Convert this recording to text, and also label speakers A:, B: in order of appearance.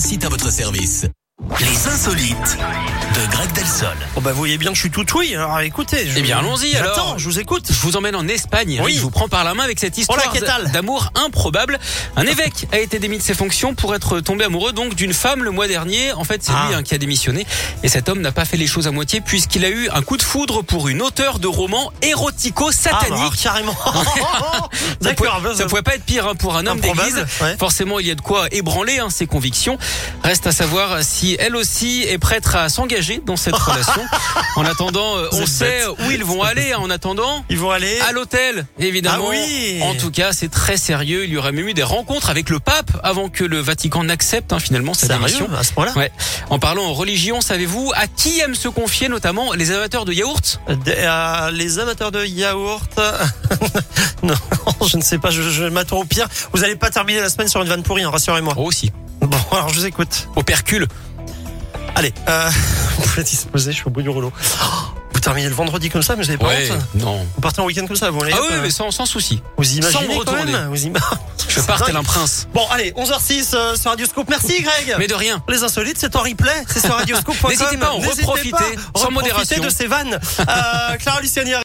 A: site à votre service. Les insolites de Greg Delsol.
B: Oh bah vous voyez bien que je suis tout oui, alors écoutez. Je...
C: Eh bien, allons-y,
B: J'attends,
C: alors.
B: je vous écoute.
C: Je vous emmène en Espagne.
B: Oui.
C: Je vous prends par la main avec cette histoire
B: Hola, ¿qué tal Ah.
C: d'amour improbable. Un évêque a été démis de ses fonctions pour être tombé amoureux donc d'une femme le mois dernier. En fait, c'est
B: Ah.
C: lui hein, qui a démissionné. Et cet homme n'a pas fait les choses à moitié puisqu'il a eu un coup de foudre pour une auteure de romans
B: Ah, bah, alors,
C: érotico-sataniques.
B: carrément.
C: Ça
B: D'accord.
C: pouvait-
B: bah,
C: ça pouvait pas être pire hein, pour un homme
B: Improbable,
C: d'église.
B: ouais.
C: Forcément, il y a de quoi ébranler hein, ses convictions. Reste à savoir si elle aussi est prête à s'engager dans cette relation. En attendant, euh,
B: Vous
C: on
B: êtes
C: sait
B: bête.
C: où ils vont aller. hein. En attendant,
B: Ils vont aller.
C: à l'hôtel, évidemment.
B: Ah oui.
C: En tout cas, c'est très sérieux. Il y aurait même eu des rencontres avec le pape avant que le Vatican n'accepte hein, finalement sa démission.
B: Sérieux, Ah. à ce point-là
C: Ouais. En parlant en religion, savez-vous à qui aiment se confier notamment les amateurs de yaourt
B: Des- euh, Les amateurs de yaourt. non, je ne sais pas, je, je m'attends au pire. Vous n'allez pas terminer la semaine sur une vanne pourrie, hein, rassurez-moi.
C: Aussi.
B: Bon, alors je vous écoute.
C: Oh, Au percule.
B: Allez, euh, vous pouvez disposer, je suis au bout du rouleau. Oh, Vous terminez le vendredi comme ça, mais vous avez pas honte
C: Non.
B: Vous partez en week-end comme ça, vous voulez
C: Ah oui, mais sans, sans souci.
B: Vous imaginez
C: sans me
B: quand
C: retourner.
B: même vous im-
C: Je
B: C'est
C: pars tel
B: dingue. Ah.
C: un prince.
B: Bon, allez, 11h06 euh, sur Radio Scoop. Merci, Greg.
C: Mais de rien.
B: Les insolites, c'est en replay, c'est sur radioscoop.com.
C: N'hésitez pas à en
B: N'hésitez
C: reprofiter,
B: pas,
C: sans
B: reprofiter
C: modération.
B: de ces vannes. Euh, Clara Luciani